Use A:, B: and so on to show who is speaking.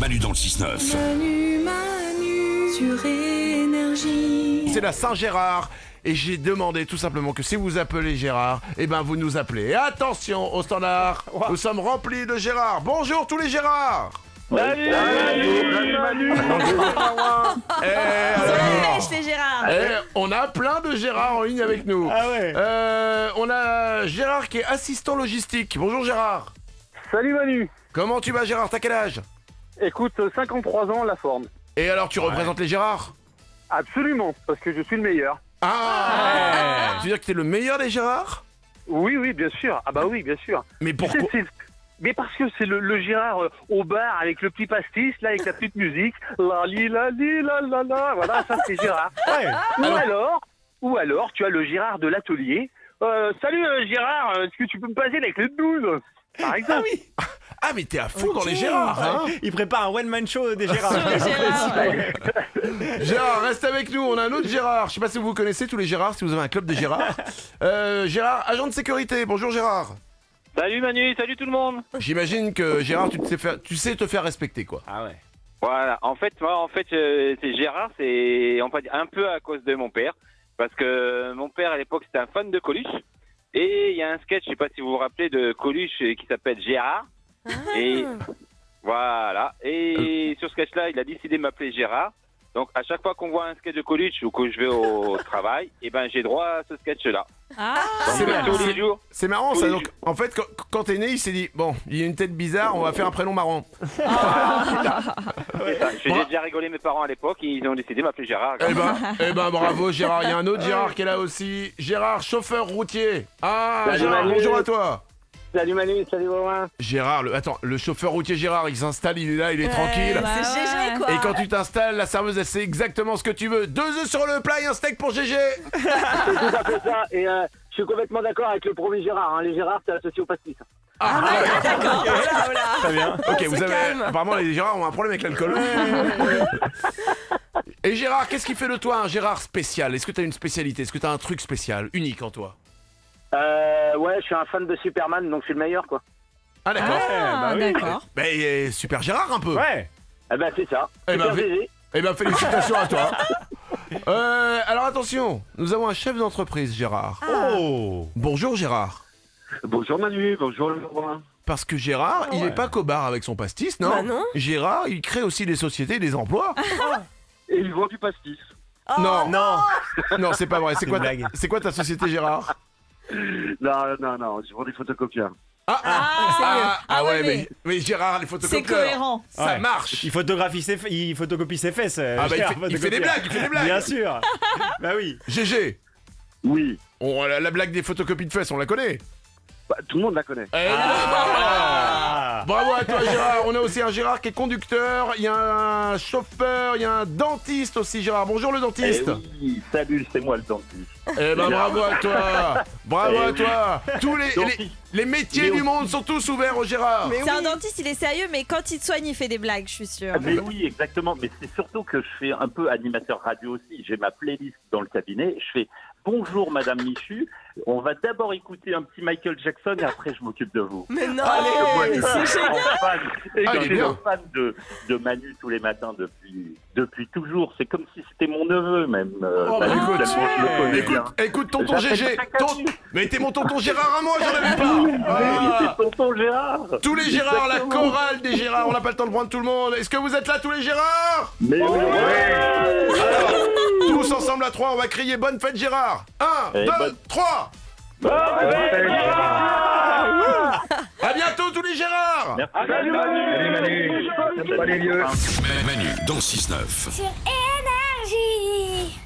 A: Manu dans le 6-9.
B: Manu, Manu, sur énergie.
C: C'est la Saint-Gérard. Et j'ai demandé tout simplement que si vous appelez Gérard, eh ben vous nous appelez. Et attention au standard, nous sommes remplis de Gérard. Bonjour tous les Gérards
D: Ah,
E: Ah,
C: Salut
E: Eh.
F: Pêche les Gérard
C: Eh, On a plein de Gérard en ligne avec nous.
E: Ah ouais
C: Euh, on a Gérard qui est assistant logistique. Bonjour Gérard
D: Salut Manu
C: Comment tu vas Gérard T'as quel âge
D: Écoute, 53 ans, la forme.
C: Et alors tu représentes les Gérards
D: Absolument, parce que je suis le meilleur.
C: Ah Tu veux dire que t'es le meilleur des Gérards
D: Oui, oui, bien sûr. Ah bah oui, bien sûr.
C: Mais pourquoi
D: C'est- c'est- Mais parce que c'est le, le Gérard euh, au bar avec le petit pastis, là, avec la petite musique. La li la li la la la. Voilà, ça c'est Gérard.
E: Ouais.
D: Ou alors, ou alors, tu as le Gérard de l'atelier. Euh, salut euh, Gérard, euh, est-ce que tu peux me passer la clé de 12 Par exemple.
C: Ah mais t'es à fond dans les Gérards hein
E: Il prépare un one-man show euh, des Gérard.
F: Sur les Gérard
C: Gérard, reste avec nous, on a un autre Gérard. Je sais pas si vous connaissez tous les Gérards, si vous avez un club de Gérard. Euh, Gérard, agent de sécurité, bonjour Gérard.
D: Salut Manu, salut tout le monde.
C: J'imagine que Gérard, tu te sais, faire- tu sais te faire respecter quoi.
E: Ah ouais.
G: Voilà, en fait, moi, en fait, euh, c'est Gérard, c'est on peut dire, un peu à cause de mon père, parce que mon père à l'époque c'était un fan de Coluche, et il y a un sketch, je sais pas si vous vous rappelez de Coluche euh, qui s'appelle Gérard, et voilà, et
D: Euh.
G: sur ce sketch-là, il a décidé de m'appeler Gérard. Donc à chaque fois qu'on voit un sketch de Coluche ou que je vais au travail, et ben j'ai droit à ce sketch-là. euh,
F: Ah
C: C'est marrant,
G: Tous les
C: c'est-
G: jours.
C: c'est marrant ça. Donc en fait, quand, quand t'es né, il s'est dit bon, il y a une tête bizarre, on va faire un prénom marrant.
G: c'est ça. J'ai déjà rigolé mes parents à l'époque, ils ont décidé de m'appeler Gérard.
D: Euh,
C: Eh ben, eh ben bravo Gérard. Il y a un autre Gérard qui est là aussi. Gérard, chauffeur routier. Ah
D: Salut,
C: Gérard,
D: Manu.
C: bonjour à toi.
D: Salut Manu, salut Romain.
C: Gérard, le- attends, le chauffeur routier Gérard, il s'installe, il est là, il est tranquille.
F: C'est GG quoi
C: Et quand tu t'installes, la serveuse, elle sait exactement ce que tu veux. Deux œufs sur le plat et un steak pour GG.
D: C'est tout à fait ça. Et euh, je suis complètement d'accord avec le premier Gérard. hein. Les Gérards, c'est associé au pastis.
C: Ah, ouais.
F: D'accord, voilà, voilà.
E: Très bien.
C: ok, vous avez. Apparemment, les Gérards ont un problème avec l'alcool. et Gérard, qu'est-ce qui fait de toi un Gérard spécial Est-ce que t'as une spécialité Est-ce que t'as un truc spécial, unique en toi
D: Euh, ouais, je suis un fan de Superman, donc je suis le meilleur, quoi.
C: Ah, d'accord.
E: Eh,
F: Ah,
E: bah oui.
F: d'accord.
C: Bah, il est super Gérard un peu.
E: Ouais.
D: Eh ben, c'est ça.
C: Eh ben,
D: Super
C: fais-
D: GG.
C: Eh ben, félicitations à toi. Euh, alors attention, nous avons un chef d'entreprise, Gérard.
E: Oh.
C: Bonjour Gérard.
D: Bonjour Manu, bonjour Laurent.
C: Parce que Gérard, il
E: ouais.
C: est pas qu'au bar avec son pastis, non
F: Bah non.
C: Gérard, il crée aussi des sociétés, des emplois.
D: Et il vend du pastis.
F: Oh,
C: non,
E: Non.
C: non, c'est pas vrai. C'est
E: une
C: quoi, ta-
E: blague.
C: c'est quoi ta société, Gérard
D: Non, non, non, je vends des photocopieurs.
C: Ah,
F: Ah, c'est mieux.
C: ah, ah ouais, mais, mais Gérard, les
F: C'est
C: photocopieurs,
F: cohérent.
C: ça
E: Ouais.
C: marche.
E: Il photographie ses, fe- il photocopie ses fesses. euh,
C: Ah bah, il
E: Gérard,
C: fait- il fait
E: photocopie.
C: des blagues, il fait des blagues.
E: Bien sûr. bah oui.
C: GG.
D: Oui,
C: On, la, la blague des photocopies de fesses, on la connaît.
D: bah, tout le monde la connaît.
C: Eh,
E: Ah.
C: Bravo à toi, Gérard. On a aussi un Gérard qui est conducteur. Il y a un chauffeur, il y a un dentiste aussi, Gérard. Bonjour le
D: Eh
C: dentiste.
D: oui, salut, c'est moi le dentiste.
C: Eh ben bravo à toi Bravo
D: Eh
C: à
D: oui.
C: toi Tous les,
D: Dentiste.
C: les, les métiers
D: Mais
C: du
D: on-
C: monde sont tous ouverts au Gérard
F: C'est un dentiste, il est sérieux, mais quand il te soigne, il fait des blagues, je suis sûre.
H: Ah, Mais oui, exactement. Mais c'est surtout que je fais un peu animateur radio aussi. J'ai ma playlist dans le cabinet. Je fais bonjour Madame Michu. On va d'abord écouter un petit Michael Jackson et après je m'occupe de vous.
F: Mais non mais
H: Allez,
F: c'est génial.
H: Et
C: Ah, il est
H: je suis
C: bien.
H: un fan de, de Manu tous les matins depuis, depuis toujours. C'est comme si c'était mon neveu même. euh,
C: Oh, bah,
H: Manu,
C: écoute,
H: tellement je le connais bien.
C: Écoute, écoute tonton
H: J'appelle
C: GG
H: chaque
C: ton-
H: année.
C: Mais t'es mon tonton Gérard à moi, j'en avais
H: Oui,
C: pas
H: oui,
C: Ah.
H: c'est tonton Gérard.
C: Tous les Gérards, la
H: Exactement.
C: chorale des Gérards, on n'a pas le temps de prendre tout le monde Est-ce que vous êtes là tous les Gérards
H: Mais
F: Oh,
H: oui, ouais.
C: Tous ensemble à trois, on va crier bonne fête Gérard 1,
H: Et
C: 2,
H: Eh, bonne-
C: 3 À bientôt tous les Gérards
H: Merci.
D: Salut Manu,
A: Manu dans le 6-9.
I: Sur énergie.